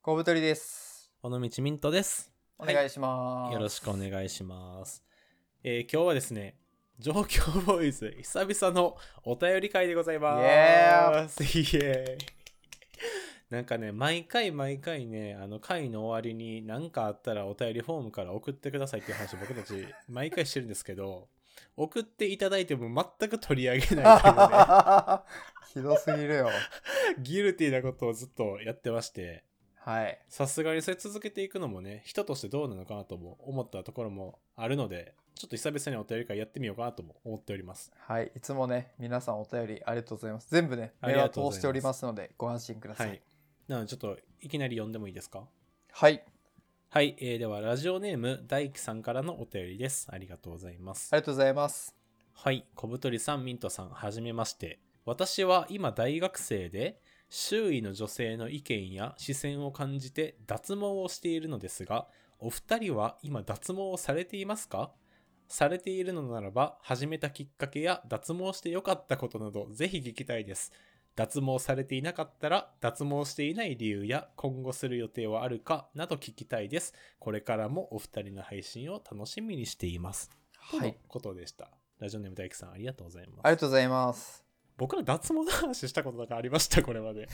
小太りです。尾道ミントです。おはい願いします。よろしくお願いします。えー今日はですね、状況ボーイズ、久々のお便り会でございます。イエーイなんかね、毎回毎回ね、あの会の終わりに何かあったらお便りフォームから送ってくださいっていう話を僕たち毎回してるんですけど、送っていただいても全く取り上げないというね。 ひどすぎるよ。ギルティなことをずっとやってまして、はい。さすがにそれ続けていくのもね、人としてどうなのかなとも思ったところもあるので、ちょっと久々にお便り会やってみようかなとも思っております。はい。いつもね、皆さんお便りありがとうございます。全部ね、あ目りはがとう通ございますしておりますので、ご安心くだはさい。い。なのでちょっといきなり読んでもいいですかはい。はい、えーではラジオネーム大輝さんからのお便りです。ありがとうございますあ。りがとうございます。はい、小太りさん、ミントさん、はじめまして。私は今大学生で、周囲の女性の意見や視線を感じて脱毛をしているのですが、お二人は今脱毛をされていますかされているのならば、始めたきっかけや脱毛してよかったことなど、ぜひ聞きたいです。脱毛されていなかったら、脱毛していない理由や今後する予定はあるかなど聞きたいです。これからもお二人の配信を楽しみにしています。とはのい。ことでした。ラジオネーム大輝さんありがとうございます。ありがとうございます。 僕ら脱毛の話したことなんかありましたこれまで。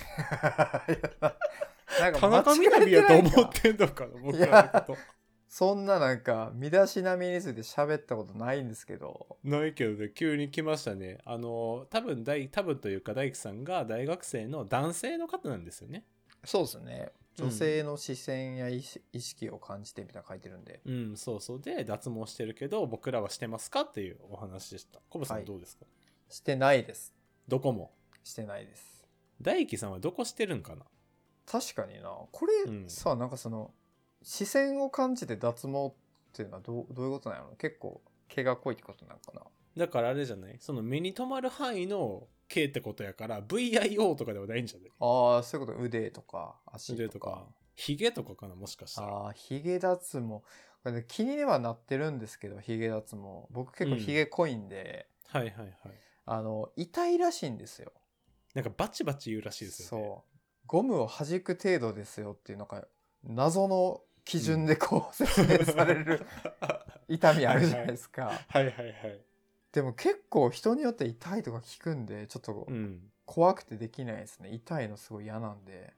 なん田中み間な違え実やとない思かってんのかな僕らのこと。そんななんか、身だしなみについて喋ったことないんですけど、ないけどね急に来ましたね。あの多分大多分というか大輝さんが大学生の男性の方なんですよね。そうですね。女性の視線や意識意識を感じてみたいなの書いてるんで。うんそうそうで脱毛してるけど僕らはしてますかっていうお話でした。コブさはいんどうですか、してないです。どこも。してないです。大輝さんはどこしてるんかな確かになこれうんさ、なんかその視線を感じて脱毛っていうのはどうどういうことなの結構毛が濃いってことなんかなだからあれじゃないその目に留まる範囲の K ってことやから VIO とかではないんじゃないああそういうこと腕とか足腕ととかか、ヒゲとかかな、もしかしたら。ああひげ脱毛これね気にはなってるんですけどひげ脱毛僕結構うんひげ濃いんで、はいはいはい。あの痛いらしいんですよなんかバチバチ言うらしいですよね。そうゴムを弾く程度ですよっていうなんか謎の基準でこう説 明される痛みあるじゃないですか、はいはいはい。でも結構人によって痛いとか聞くんでちょっとうん。怖くてできないですね痛いのすごい嫌なんで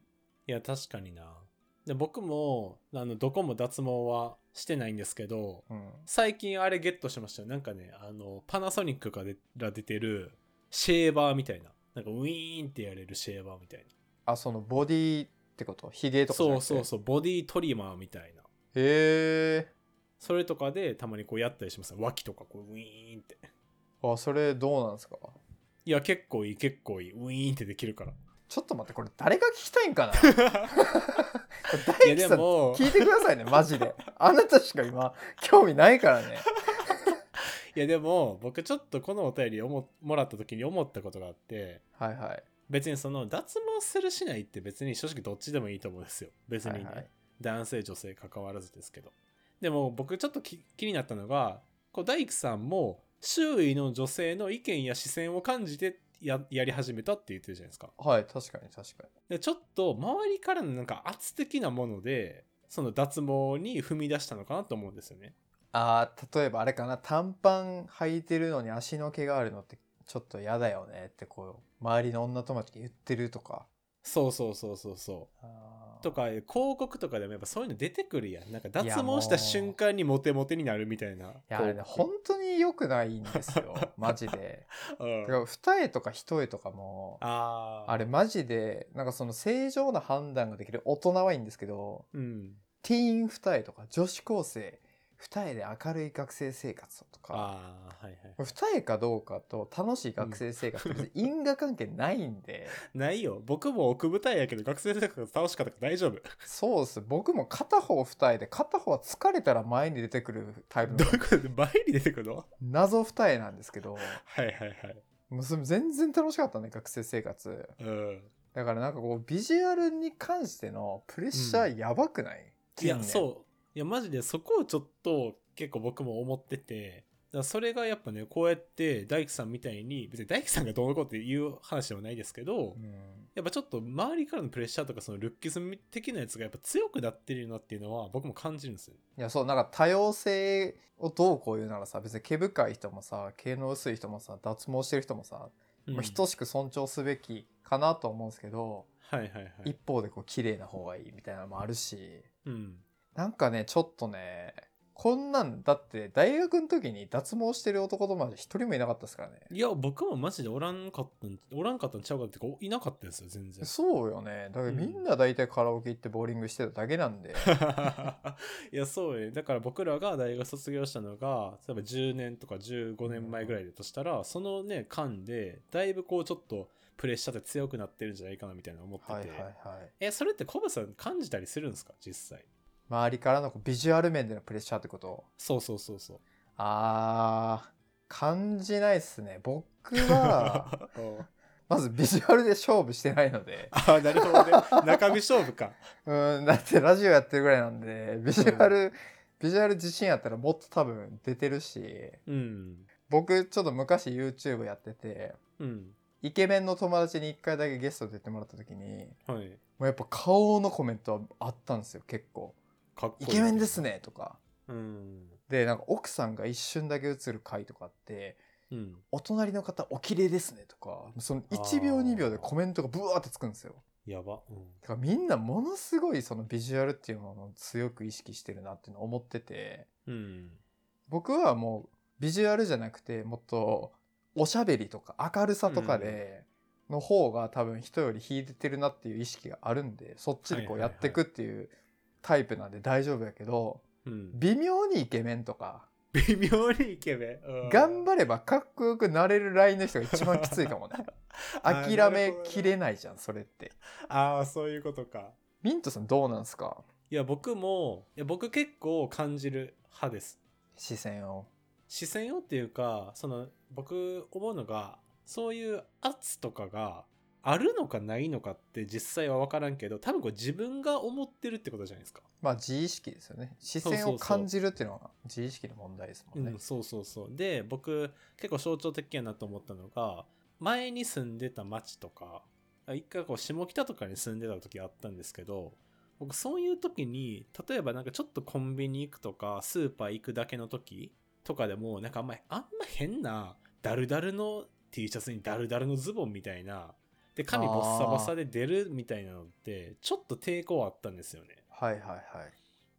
いや、確かにな。で僕も、あの、どこも脱毛はしてないんですけど、うん最近あれゲットしましたよ。なんかね、あの、パナソニックから出てるシェーバーみたいな。なんかウィーンってやれるシェーバーみたいな。あそのボディってことヒゲとかじゃそなうくてそうそう、ボディトリマーみたいな。へえそれとかでたまにこうやったりします。脇とかこうウィーンって。あそれどうなんですかいや、結構いい、結構いい。ウィーンってでき るから。ちょっと待ってこれ誰が聞きたいん かない大や輝でさんも、聞いてくださいねマジであなたしか今興味ないからねいやでも、僕ちょっとこのお便りをももらった時に思ったことがあって、はいはい別にその脱毛するしないって別に正直どっちでもいいと思うんですよ。 別にはね、いはい男性女性関わらずですけど。でも僕ちょっとき気になったのが、こう大工さんも周囲の女性の意見や視線を感じてややり始めたって言ってるじゃないですか。はい確かに確かにでちょっと周りからのなんか圧的なもので、その脱毛に踏み出したのかなと思うんですよね。あー例えばあれかな短パン履いてるのに足の毛があるのってちょっと嫌だよねってこう周りの女友達に言ってるとかそうそうそうそうそう。あーとか広告とかでもやっぱそういうの出てくるやんなんか脱いやもう毛した瞬間にモテモテになるみたいないやあれね本当に良くないんです よマジでだうかん、ら二重とか一重とかもあーあれマジでなんかその正常な判断ができる大人はいいんですけどうんティーン二重とか女子高生二重で明るい学生生活をとかあーはいはいこれ二重かどうかと楽しい学生生活って別に因果関係ないんで。ないよ僕も奥舞台やけど学生生活楽しかったから大丈夫そうです僕も片方二重で片方は疲れたら前に出てくるタイプどのういうことで前に出てくるの謎二重なんですけどはいはいはいもうそれ全然楽しかったね学生生活うんだからなんかこうビジュアルに関してのプレッシャーやばくない、いや近年そういやマジでそこをちょっと結構僕も思っててからそれがやっぱね、こうやって大工さんみたいに、別に大工さんがどうのこうっていう話ではないですけど、うんやっぱちょっと周りからのプレッシャーとかそのルッキズム的なやつがやっぱ強くなってるなっていうのは僕も感じるんですよ。いやそうなんか多様性をどうこう言うならさ別に毛深い人もさ毛の薄い人もさ脱毛してる人もさ、うんまあ、等しく尊重すべきかなと思うんですけど、はいはいはい。一方でこう綺麗な方がいいみたいなのもあるしうん。なんかねちょっとねこんなんだって大学の時に脱毛してる男友達一人もいなかったですからねいや、僕もマジでおらんかったん、おらんかったんちゃうかってか、いなかったですよ、全 然。そうよねだからうんみんな大体カラオケ行ってボーリングしてただけ なんでいや、そうよね。だから僕らが大学卒業したのが、例えば10年とか15年前ぐらいだとしたら、そのね、間で、だいぶこうちょっとプレッシャーって強くなってるんじゃないかなみたいなの思ってて。はいはいはいえ、それってコブさん感じたりするんですか実際。周りからのこうビジュアル面でのプレッシャーってことそうそうそうそう。あー感じないっすね僕 はおうまずビジュアルで勝負してないのであなるほどね。中身勝負か。うんだってラジオやってるぐらいなんでビジュアル、ビジュアル自信やったらもっと多分出てるしうん。僕ちょっと昔 YouTube やっててうん。イケメンの友達に1回だけゲスト出てもらった時にはい。もうやっぱ顔のコメントはあったんですよ結構かっこ「イいい。ケメンです。ね」とかうん。でなんか奥さんが一瞬だけ映る回とかあってうん。 「お隣の方お綺麗ですね」とかその1秒あー2秒でコメントがブワーってつくんですよやば。うん。だからみんなものすごいそのビジュアルっていうものを強く意識してるなっていうのを思っててうん。僕はもうビジュアルじゃなくてもっとおしゃべりとか明るさとかでの方が多分人より引いてるなっていう意識があるんでそっちでこはういやはいはいっていくっていうタイプなんで大丈夫やけどうん、微妙にイケメンとか微妙にイケメン。うん頑張ればかっこよくなれるラインの人が一番きついか もね諦めきれい。ないじゃんそれってあーなるほどねあー、そういうことか。ミントさんどうなんすかいや、僕も、いや、僕結構感じる派です。視線を視線をっていうか、その、僕思うのが、そういう圧とかが、あるのかないのかって実際は分からんけど、多分これ自分が思ってるってことじゃないですか。まあ自意識ですよね視そう線そうそをう感じるっていうのは自意識の問題ですもんねうん、そうそうそうで僕結構象徴的やなと思ったのが前に住んでた町とかあ一回こう下北とかに住んでた時あったんですけど僕そういう時に例えばなんかちょっとコンビニ行くとかスーパー行くだけの時とかでもなんかあんまあんま変なダルダルの T シャツにダルダルのズボンみたいなで髪ボッサボサで出るみたいなのってちょっと抵抗あったんですよね。はいはいはい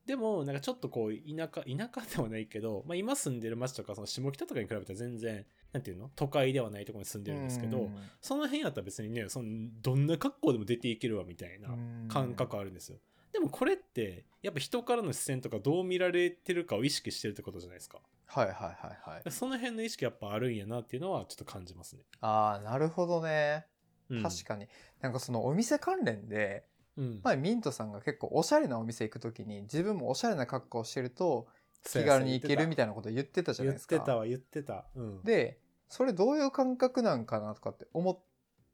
でも、なんかちょっとこう、田舎、田舎ではないけど、まあ今住んでる町とか、その下北とかに比べたら全然、なんていうの都会ではないところに住んでるんですけど、その辺やったら別にね、その、どんな格好でも出ていけるわみたいなうん感覚あるんですよ。でもこれって、やっぱ人からの視線とかどう見られてるかを意識してるってことじゃないですか。はいはいはいはいその辺の意識やっぱあるんやなっていうのはちょっと感じますね。ああなるほどねうん、確かに、なんかそのお店関連でうん。前ミントさんが結構おしゃれなお店行く時に自分もおしゃれな格好をしてるとそう気や軽に行けるみたいなこと言ってたじゃない言でっすてかたわ、言ってた。うん。、でそれどういう感覚なんかなとかって思っ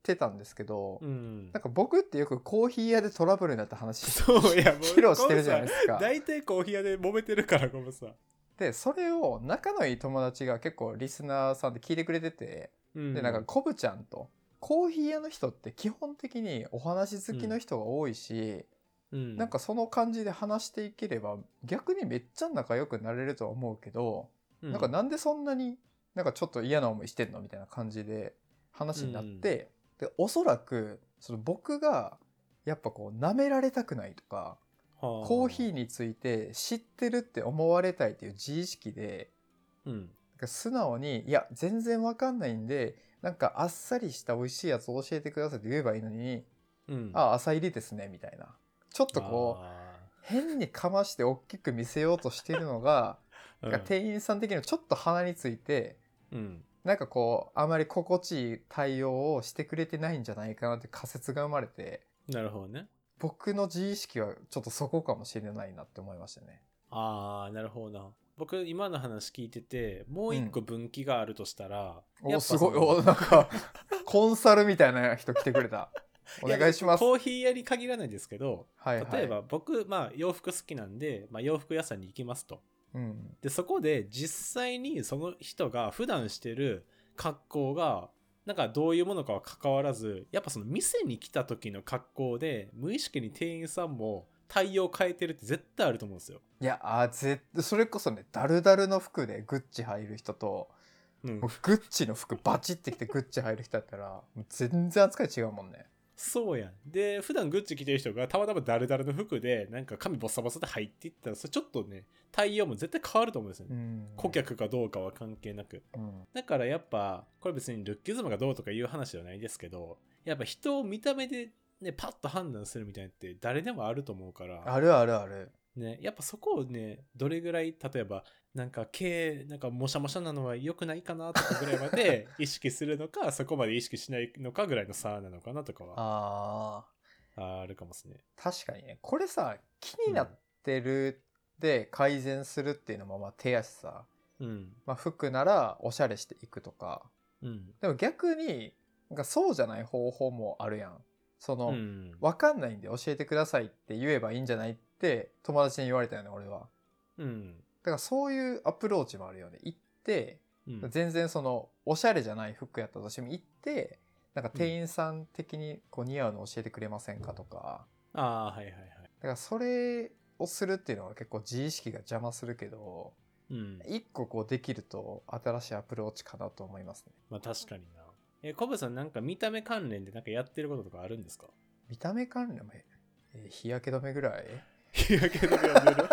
てたんですけど、うん。なんか僕ってよくコーヒー屋でトラブルになった話 そうや、もう披露してるじゃないですか大体コーヒー屋で揉めてるからごめんさ、でそれを仲のいい友達が結構リスナーさんで聞いてくれてて、うんでなんかコブちゃんとコーヒー屋の人って基本的にお話好きの人が多いし、うん、なんかその感じで話していければ逆にめっちゃ仲良くなれるとは思うけど、うんなんかなんでそんなになんかちょっと嫌な思いしてんのみたいな感じで話になって、でおそらくその僕がやっぱこう舐められたくないとかはあコーヒーについて知ってるって思われたいっていう自意識でうんなんか素直に「いや全然わかんないんでなんかあっさりした美味しいやつ教えてください」って言えばいいのにうん「ああ浅入りですね」みたいなちょっとこうあ変にかまして大きく見せようとしてるのが、ーなんか店員さん的にはちょっと鼻についてうんうんなんかこうあまり心地いい対応をしてくれてないんじゃないかなって仮説が生まれてなるほどね僕の自意識はちょっとそこかもしれないなって思いましたね。ああなるほどな僕今の話聞いててもう一個分岐があるとしたら、やおっぱすそごいおのなんかコンサルみたいな人来てくれたお願いしますコーヒー屋に限らないですけどはいはい例えば僕、まあ、洋服好きなんで、まあ、洋服屋さんに行きますとうんでそこで実際にその人が普段してる格好がなんかどういうものかは関わらずやっぱその店に来た時の格好で無意識に店員さんも対応変えてるって絶対あると思うんですよ。いやあぜそれこそねダルダルの服でグッチ入る人とうんもう、グッチの服バチってきてグッチ入る人だったらもう全然扱い違うもんねそうやん。で普段グッチ着てる人がたまたまダルダルの服でなんか髪ボサボサで入っていったらそれちょっとね対応も絶対変わると思うんですよね。うん顧客かどうかは関係なく。うんだからやっぱこれ別にルッキズムがどうとかいう話じゃないですけどやっぱ人を見た目でねパッと判断するみたいなって誰でもあると思うから、あるあるあるね、やっぱそこをねどれぐらい例えばなんか毛なんかもしゃもしゃなのは良くないかなとかぐらい まで意識するのかそこまで意識しないのかぐらいの差なのかなとかはああるかもですね。ー確かにねこれさ気になってるで改善するっていうのもまあ手足さ、うんまあ、服ならおしゃれしていくとかうんでも逆になんかそうじゃない方法もあるやんその、うん、わかんないんで教えてくださいって言えばいいんじゃないって友達に言われたよね俺はうんだからそういうアプローチもあるよね行ってうん全然そのおしゃれじゃない服やったとしても行ってなんか店員さん的にこう似合うの教えてくれませんかとかああーはいはいはい。だからそれをするっていうのは結構自意識が邪魔するけどうん一個こうできると新しいアプローチかなと思いますねまあ確かにな。え、コブさんなんか見た目関連でなんかやってることとかあるんですか見た目関連もえー日焼け止めぐらい日焼け止めを塗る。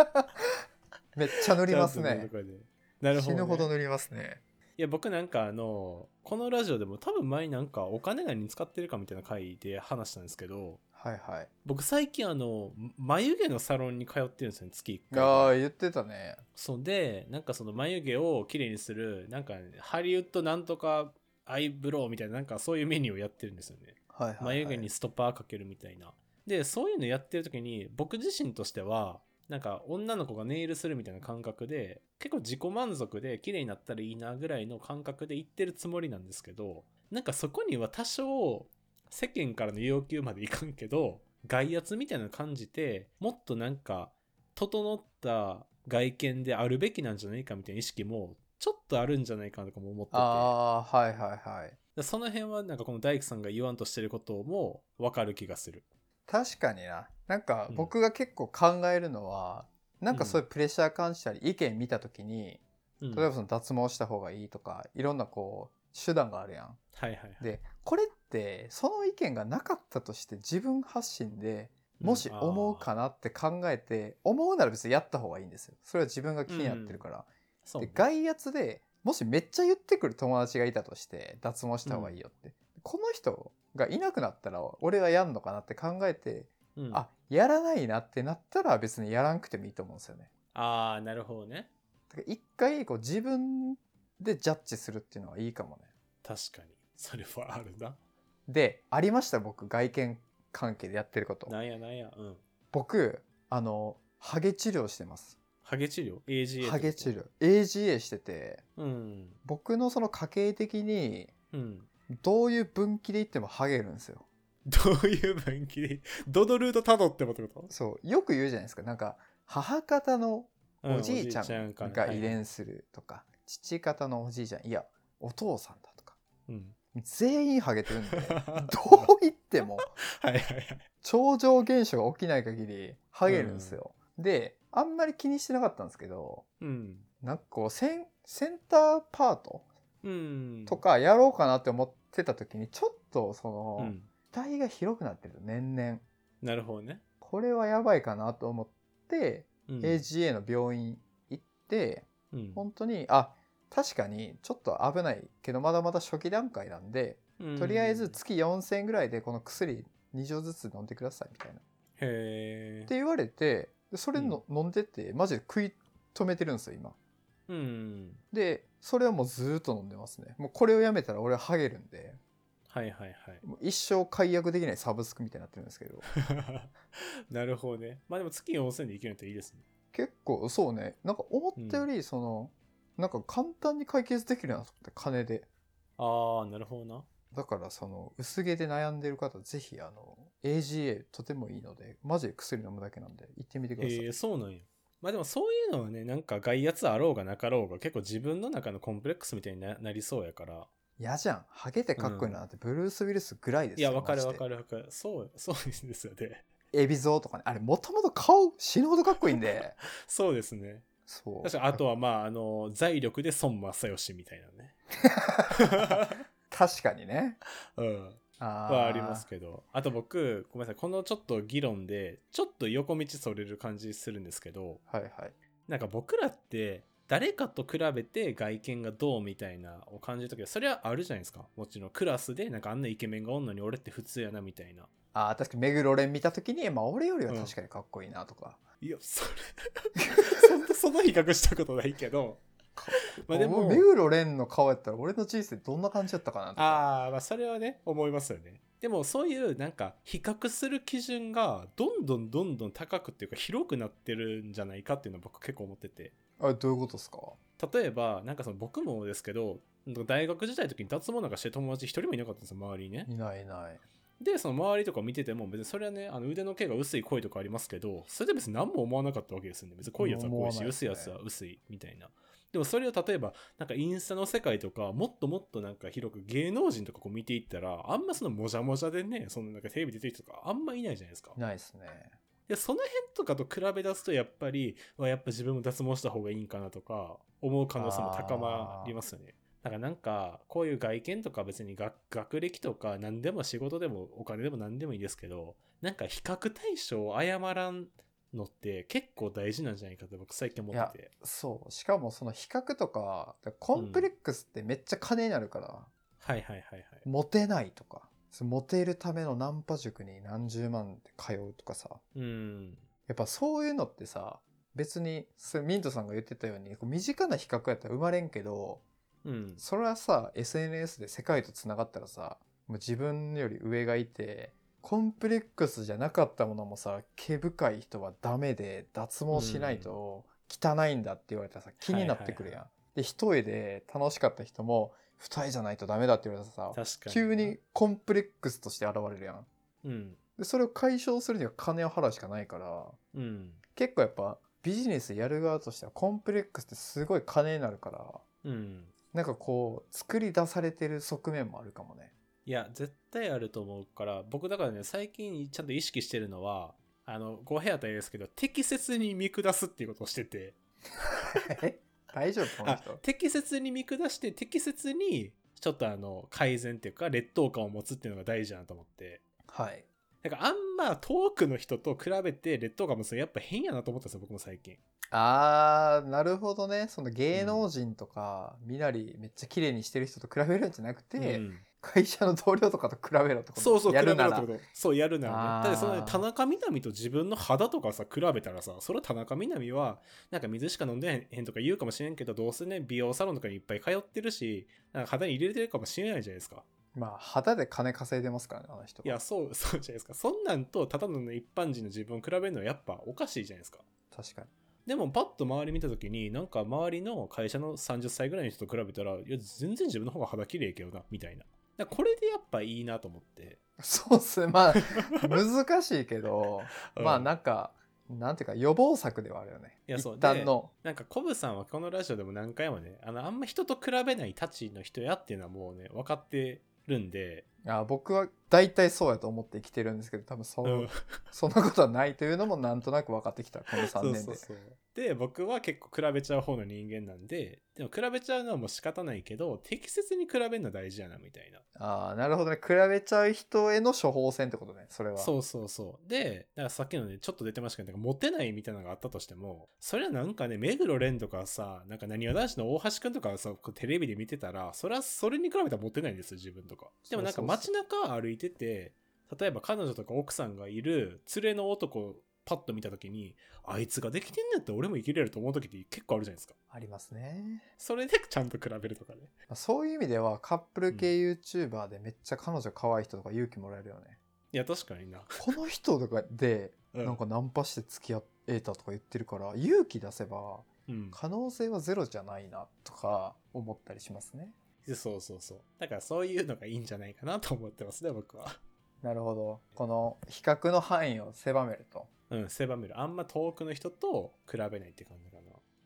めっちゃ塗ります ちゃんと塗るねとかでなるほど、死ね。ぬほど塗りますねいや、僕なんかあの、このラジオでも多分前になんかお金何に使ってるかみたいな回で話したんですけど、はいはい僕最近あの、眉毛のサロンに通ってるんですよね、月1回ぐらい。ああ言ってたねそうで、なんかその眉毛を綺麗にする、なんかハリウッドなんとかアイブロウみたいな、なんかそういうメニューをやってるんですよね。はいはい、はい、眉毛にストッパーかけるみたいな。で、そういうのやってる時に、僕自身としては、なんか女の子がネイルするみたいな感覚で、結構自己満足で綺麗になったらいいなぐらいの感覚で言ってるつもりなんですけど、なんかそこには多少世間からの要求までいかんけど、外圧みたいなの感じて、もっとなんか整った外見であるべきなんじゃないかみたいな意識もちょっとあるんじゃないかなとかも思ってて。ああはいはいはいでその辺はなんかこの大工さんが言わんとしてることも分かる気がする。確かにななんかうん僕が結構考えるのは、なんかそういうプレッシャー感じたり意見見た時に、う例えんばはいその脱毛した方がいいとかいろんなこう手段があるやん。はいはい。でこれってその意見がなかったとして自分発信でもし思うかな。なって考えて、思うなら別にやった方がいいんですよ。それは自分が気になってるから。そうねで外圧でもしめっちゃ言ってくる友達がいたとして脱毛した方がいいよって、この人がいなくなったら俺がやんのかなって考えて、うんあやらないなってなったら別にやらんくてもいいと思うんですよね。あー、なるほどね。だから一回こう自分でジャッジするっていうのはいいかもね。確かに。それはあるな。でありました僕外見関係でやってること。なんやなんや。うん。僕あのハゲ治療してます。ハゲ治療 ?AGA。ハゲ治。療 AGA しててうん。僕のその家系的にうん。どういう分岐で言ってもハゲるんですよ。どういう分岐で、どのルートたどってもってことそうよく言うじゃないですかなんか母方のうおじいちゃおじんからが遺はい伝するとか、父方のおじいちゃんいやお父さんだとかうん。 全員ハゲてるんでどう言ってもはいはいはい。超常現象が起きない限りハゲるんですよ。であんまり気にしてなかったんですけどうん。なんかこうセンセンターパートうん。と。かやろうかなって思ってた時にちょっとそうのん。額、が広くなってる年々なるほどね。これはやばいかなと思ってうん。 AGA の病院行ってうん本当にあ確かにちょっと危ないけどまだまだ初期段階なんでうんとりあえず月4,000円ぐらいでこの薬2錠ずつ飲んでくださいみたいな。っへてえ。言われてでそれの、飲んでてマジで食い止めてるんですよ今。うん。でそれをもうずーっと飲んでますね。もうこれをやめたら俺はハゲるんではいはいはい。もう一生解約できないサブスクみたいになってるんですけ どなるほどね。まあでも月4000で生きるのっていいですね。結構そうねなんか思ったよりその、なんか簡単に解決できるなと思って金で。ああ、なるほどな。だからその薄毛で悩んでる方ぜひあの AGA とてもいいのでマジで薬飲むだけなんで行ってみてください、えー、そうなんや。まあでもそういうのはね、なんか外圧あろうがなかろうが結構自分の中のコンプレックスみたいにななりそうやから。嫌じゃん。ハゲてかっこいいなって、ブルース・ウィルスぐらいですいや、わかるわかる。るわかる。そう、そうですよね。 エビゾーとかね。あれ、もともと顔死ぬほどかっこいいん で。そうですね。そう。確かにあとはまあ、あの、財力で孫正義みたいなね。確かにね。うん。あはあります。けど。あと僕、ごめんなさい。このちょっと議論で、ちょっと横道それる感じするんですけど、はいはい。なんか僕らって、誰かと比べて外見がどうみたいなを感じるときは、それはあるじゃないですか。もちろんクラスで、なんかあんなイケメンがおんのに俺って普通やなみたいな。ああ、確かに目黒蓮見た時に、まあ俺よりは確かにかっこいいなとか。いや、それそんな、その比較したことないけど。 まあでおも前、目黒蓮の顔やったら俺の人生どんな感じだったかなとか。ああ、まあそれはね、思いますよね。でもそういうなんか比較する基準がどんどんどんどん高くっていうか広くなってるんじゃないかっていうのは僕結構思ってて。あれどういうことですか例えば、なんかその僕もですけど、大学時代の時に脱毛なんかしてる友達一人もいなかったんですよ、周りにね。いないいない。で、その周りとか見てても別にそれはね、あの腕の毛が薄い恋とかありますけど、それで別に何も思わなかったわけですよね。別に濃いやつは濃いし、思わないです薄いねやつは薄いみたいな。でもそれを例えば、なんかインスタの世界とか、もっともっとなんか広く芸能人とかこう見ていったら、あんまそのもじゃもじゃでね、そのなんかテレビ出てる人とかあんまいないじゃないですかい。ないですね。で、その辺とかと比べ出すとやっぱり、わやっぱ自分も脱毛した方がいいんかなとか、思う可能性も高まりますよね。だからなんか、こういう外見とか別に学学歴とか何でも仕事でもお金でも何でもいいですけど、なんか比較対象を誤らんのって結構大事なんじゃないかって僕最近思ってて。そう。しかもその比較とか、コンプレックスってめっちゃ金になるから、はいはいはいはい。モテないとか、そのモテるためのナンパ塾に何十万で通うとかさ、うん。やっぱそういうのってさ、別に、そうミントさんが言ってたように、こう身近な比較やったら生まれんけど、うん。それはさ SNS で世界とつながったらさもう自分より上がいてコンプレックスじゃなかったものもさ毛深い人はダメで脱毛しないと汚いんだって言われたらさ気になってくるやん。で一重で楽しかった人も二重じゃないとダメだって言われたらさ確かに。急に。コンプレックスとして現れるやん。うん。でそれを解消するには金を払うしかないからうん。結構やっぱビジネスやる側としてはコンプレックスってすごい金になるから。うん。なんかこう作り出されてる側面もあるかもね。いや、絶対あると思うから、僕だからね、最近ちゃんと意識してるのは、あの、語弊あったらいいですけど、適切に見下すっていうことをしてて、 大丈夫このあ人。適切に見下して、適切に、ちょっとあの、改善っていうか、劣等感を持つっていうのが大事だなと思って。はい。なんかあんま遠くの人と比べて劣等感持つのやっぱ変やなと思ったんですよ、僕も最近。あーなるほどね。その芸能人とか、身なりめっちゃ綺麗にしてる人と比べるんじゃなくて、うん会社の同僚とかと比べろ ってことそうそう、やる比べなろっらてこと。そう、やるならあね。ーただその田中みな実と自分の肌とかさ、比べたらさ、それは田中みな実は、なんか水しか飲んでへんとか言うかもしれんけど、どうせね、美容サロンとかにいっぱい通ってるし、なんか肌に入れてるかもしれないじゃないですか。まあ肌で金稼いでますからねあの人いや、そう、 そうじゃないですか。そんなんと、ただのね一般人の自分を比べるのはやっぱおかしいじゃないですか。確かに。でもパッと周り見た時になんか周りの会社の30歳ぐらいの人と比べたらいや全然自分の方が肌綺麗やけどなみたいなだからこれでやっぱいいなと思って、そうっすね。まあ 難しいけど、うんまあなんかなんていうか予防策ではあるよね。いやそう一旦の。なんかコブさんはこのラジオでも何回もねあのあんま人と比べないたちの人やっていうのはもうね分かってるんで、あ僕は大体そうやと思って生きてるんですけど多分そう、うんそんなことはないというのもなんとなく分かってきたこの3そう年そうで。そうで僕は結構比べちゃう方の人間なんででも比べちゃうのはもう仕方ないけど適切に比べるのは大事やなみたいなああなるほどね比べちゃう人への処方箋ってことねそれは。そうそうそう。で、だからさっきのね、ちょっと出てましたけど、なんかモテないみたいなのがあったとしても、それはなんかね、目黒蓮とかさ、なんかなにわ男子の大橋くんとかさ、こうテレビで見てたら、それはそれに比べたらモテないんですよ、自分とか。でもなんかそうそう街中歩いてて、例えば彼女とか奥さんがいる連れの男をパッと見た時に、あいつができてんねやって俺も生きれると思う時って結構あるじゃないですか。ありますね。それでちゃんと比べるとかね。まあそういう意味ではカップル系 YouTuber でめっちゃ彼女可愛い人とか勇気もらえるよ ね。いや、確かにな。この人とかでうなんか、ナンパして付き合えたとか言ってるから勇気出せばうん。可能性はゼロじゃないなとか思ったりしますね。そうそうそう。だからそういうのがいいんじゃないかなと思ってますね、僕は。なるほど。この比較の範囲を狭めると。うん、狭める。あんま遠くの人と比べないって感じかな。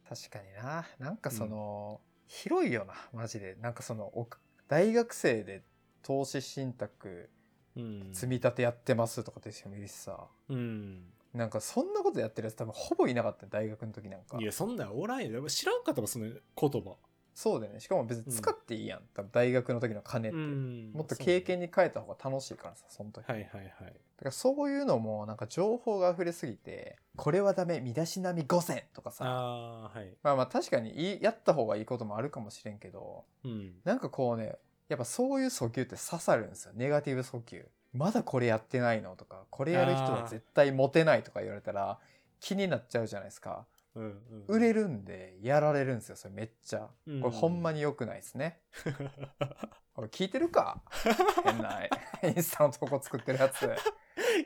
確かにな。なんかその、広いよな、マジで。なんかその、お大学生で投資信託うん。積み立てやってますとかって人もいるしさ。うん。なんかそんなことやってるやつ多分ほぼいなかったよ大学の時なんかい。や、そんなんおらんよ。でも知らんかったもん、その言葉。そうだよね。しかも別に使っていいやん。多分大学の時の金って。んもっと経験に変えた方が楽しいからさ、その時。そうねはいはいはだい。からそういうのもなんか情報が溢れすぎて、これはダメ、身だしなみ5選とかさ。ああー、はい。まあまあ確かにいいやった方がいいこともあるかもしれんけど、うん。なんかこうね、やっぱそういう訴求って刺さるんですよ。ネガティブ訴求。まだこれやってないのとか、これやる人は絶対モテないとか言われたら気になっちゃうじゃないですか。うん、うん。売れる。るんでやられるんですよ、それめっちゃ。うんこれほんまに良くないです ね。これ聞いてるか変なインスタの投稿作ってるやつ。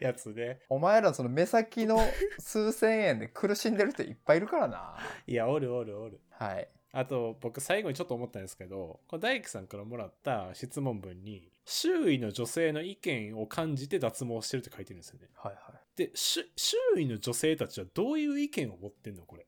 やつね。お前らその目先の数千円で苦しんでる人いっぱいいるからな。いや、おるおるおる。はい。あと、僕、最後にちょっと思ったんですけど、これ大樹さんからもらった質問文に、周囲の女性の意見を感じて脱毛してるって書いてるんですよね。はいはい。で、し周囲の女性たちはどういう意見を持ってんのこれ。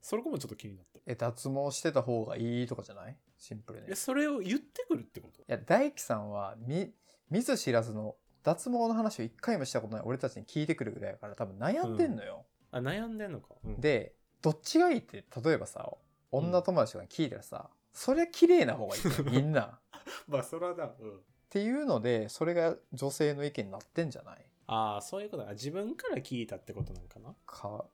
それこもちょっと気になった。え、脱毛してた方がいいとかじゃないシンプルに。え、それを言ってくるってこといや大樹さんは見見ず知らずの脱毛の話を一回もしたことない俺たちに聞いてくるぐらいだから多分悩んでんのよ。あ、悩んでんのか。うん、でどっちがいいって例えばさ女友達とかに聞いたらさ、そりゃ綺麗な方がいい よみんな。っまあ、それはな、うん。ていうのでそれが女性の意見になってんじゃないああ、そういうことだ。自分から聞いたってことなのかな。か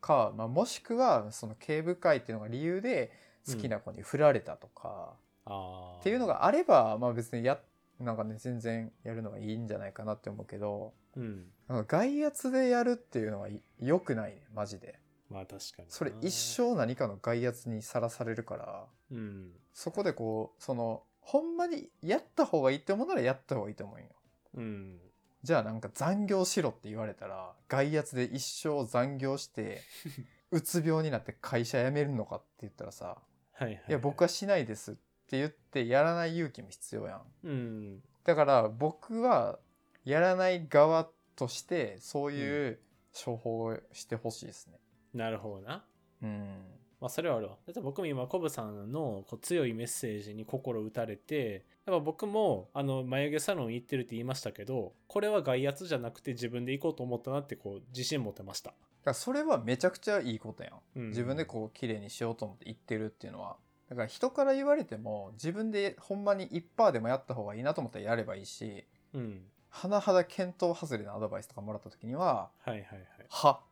か、まあ、もしくはその毛深いっていうのが理由で好きな子に振られたとか、ああ。っていうの、があれば、まあ、別にやなんかね全然やるのがいいんじゃないかなって思うけど。うん。なんか外圧でやるっていうのはい良くないねマジでまあ、確かにな。それ一生何かの外圧にさらされるからうん。そこでこうそのほんまにやった方がいいって思うならやった方がいいと思うんようん。じゃあなんか残業しろって言われたら外圧で一生残業して うつ病になって会社辞めるのかって言ったらさはいはい、はい「いや僕はしないです」って言ってやらない勇気も必要やんうん。だから僕はやらない側としてそういう処方をしてほしいですね。なるほどな。うん。まあ、それはあるわ。だって僕も今、コブさんのこう強いメッセージに心打たれて、やっぱ僕も、あの、眉毛サロン行ってるって言いましたけど、これは外圧じゃなくて自分で行こうと思ったなって、こう、自信持てました。だからそれはめちゃくちゃいいことやん。うん自分でこう綺麗にしようと思って言ってるっていうのは。だから人から言われても自分でほんまに1%でもやった方がいいなと思ったらやればいいし、うん。甚だ検討外れのアドバイスとかもらった時には、はいはいはい。は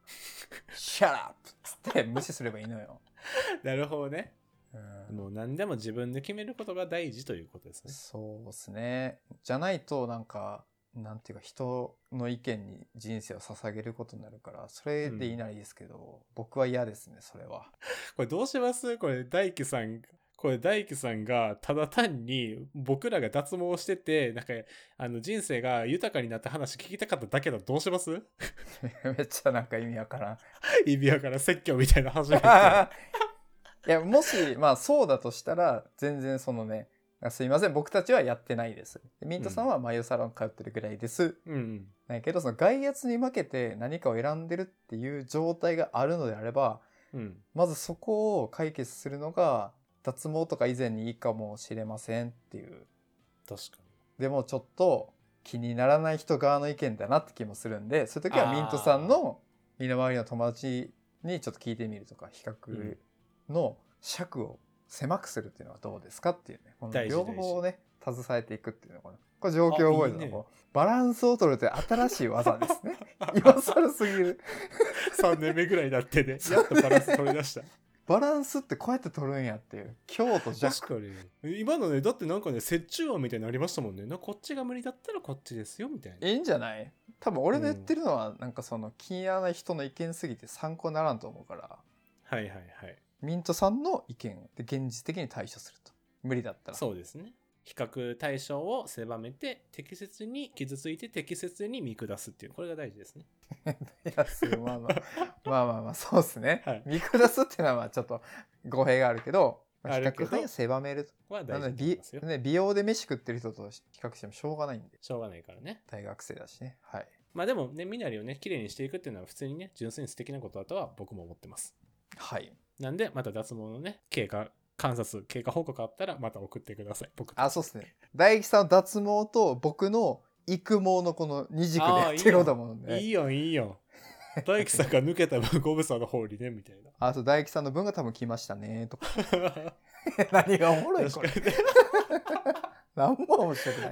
shut up! つって無視すればいいのよ。 なるほどね。うんもう何でも自分で決めることが大事ということですね。そうですね。じゃないと、なんか、なんていうか、人の意見に人生を捧げることになるから、それでいいならいいですけど、僕は嫌ですね、それは。これどうしますこれ大輝さん、これ大輝さんがただ単に僕らが脱毛してて、なんかあの人生が豊かになった話聞きたかっただけだとどうします めっちゃなんか意味わからん。意味わからん説教み たいな始めて。いや、もし、まあそうだとしたら、全然そのね、あすいません、僕たちはやってないです。でミントさんは眉サロン通ってるぐらいです。うん。だけど、その外圧に負けて何かを選んでるっていう状態があるのであれば、うん。まずそこを解決するのが脱毛とか以前にいいかもしれませんっていう確かに。でもちょっと気にならない人側の意見だなって気もするんでそういう時はあーミントさんの身の回りの友達にちょっと聞いてみるとか比較の尺を狭くするっていうのはどうですかっていうねこの大事両方をね携えていくっていうのがねこれ状況を覚えるあいいねのこうバランスを取るという新しい技です ね今更すぎる3年目ぐらいになってね、やっとバランス取り出した。バランスってこうやって取るんやっていう強と弱 確かに。今のね、だってなんかね、折衷案みたいになりましたもんね。なんかこっちが無理だったらこっちですよ、みたいな。いいんじゃない多分俺の言ってるのはなんかその気にならない人の意見すぎて参考にならんと思うからはいはいはい。ミントさんの意見で現実的に対処すると無理だったらそうですね。比較対象を狭めて、適切に傷ついて適切に見下すっていう、これが大事ですね。いやそうまあま あまあまあまあそうですね、はい見下すっていうのはまあちょっと語弊があるけどまああ比るけど較で狭めるこれなは大の事だとで思い美ますよ。ね、美容で飯食ってる人と比較してもしょうがないんでしょうがないからね。大学生だしねはいまあでもね、身なりをね、綺麗にしていくっていうのは普通にね、純粋に素敵なことだとは僕も思ってます。はい。なんで、また脱毛のね、経過、観察、経過報告あったら、また送ってください。僕あ、そうっすね。大吉さんの脱毛と僕の育毛のこの二軸でやってることだもんね。いいよ、い いよ。大樹さんが抜けた分、ゴブさんの方にね、みたい な。あと大吉さんの分が多分来ましたねとか。何がおもろい確こかれ。にね。何も面白くない。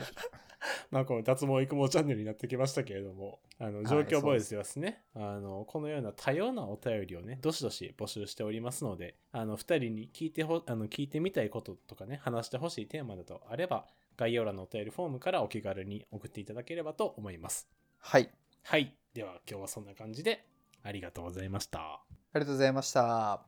まあ、この脱毛育毛チャンネルになってきましたけれども、あの、い状況ボイスではですね、あの、このような多様なお便りをね、どしどし募集しておりますので、あの、二人に聞いてほ、あの、聞いてみたいこととかね、話してほしいテーマだとあれば、概要欄のお便りフォームからお気軽に送っていただければと思います。はい。はい。では、今日はそんな感じで、ありがとうございました。ありがとうございました。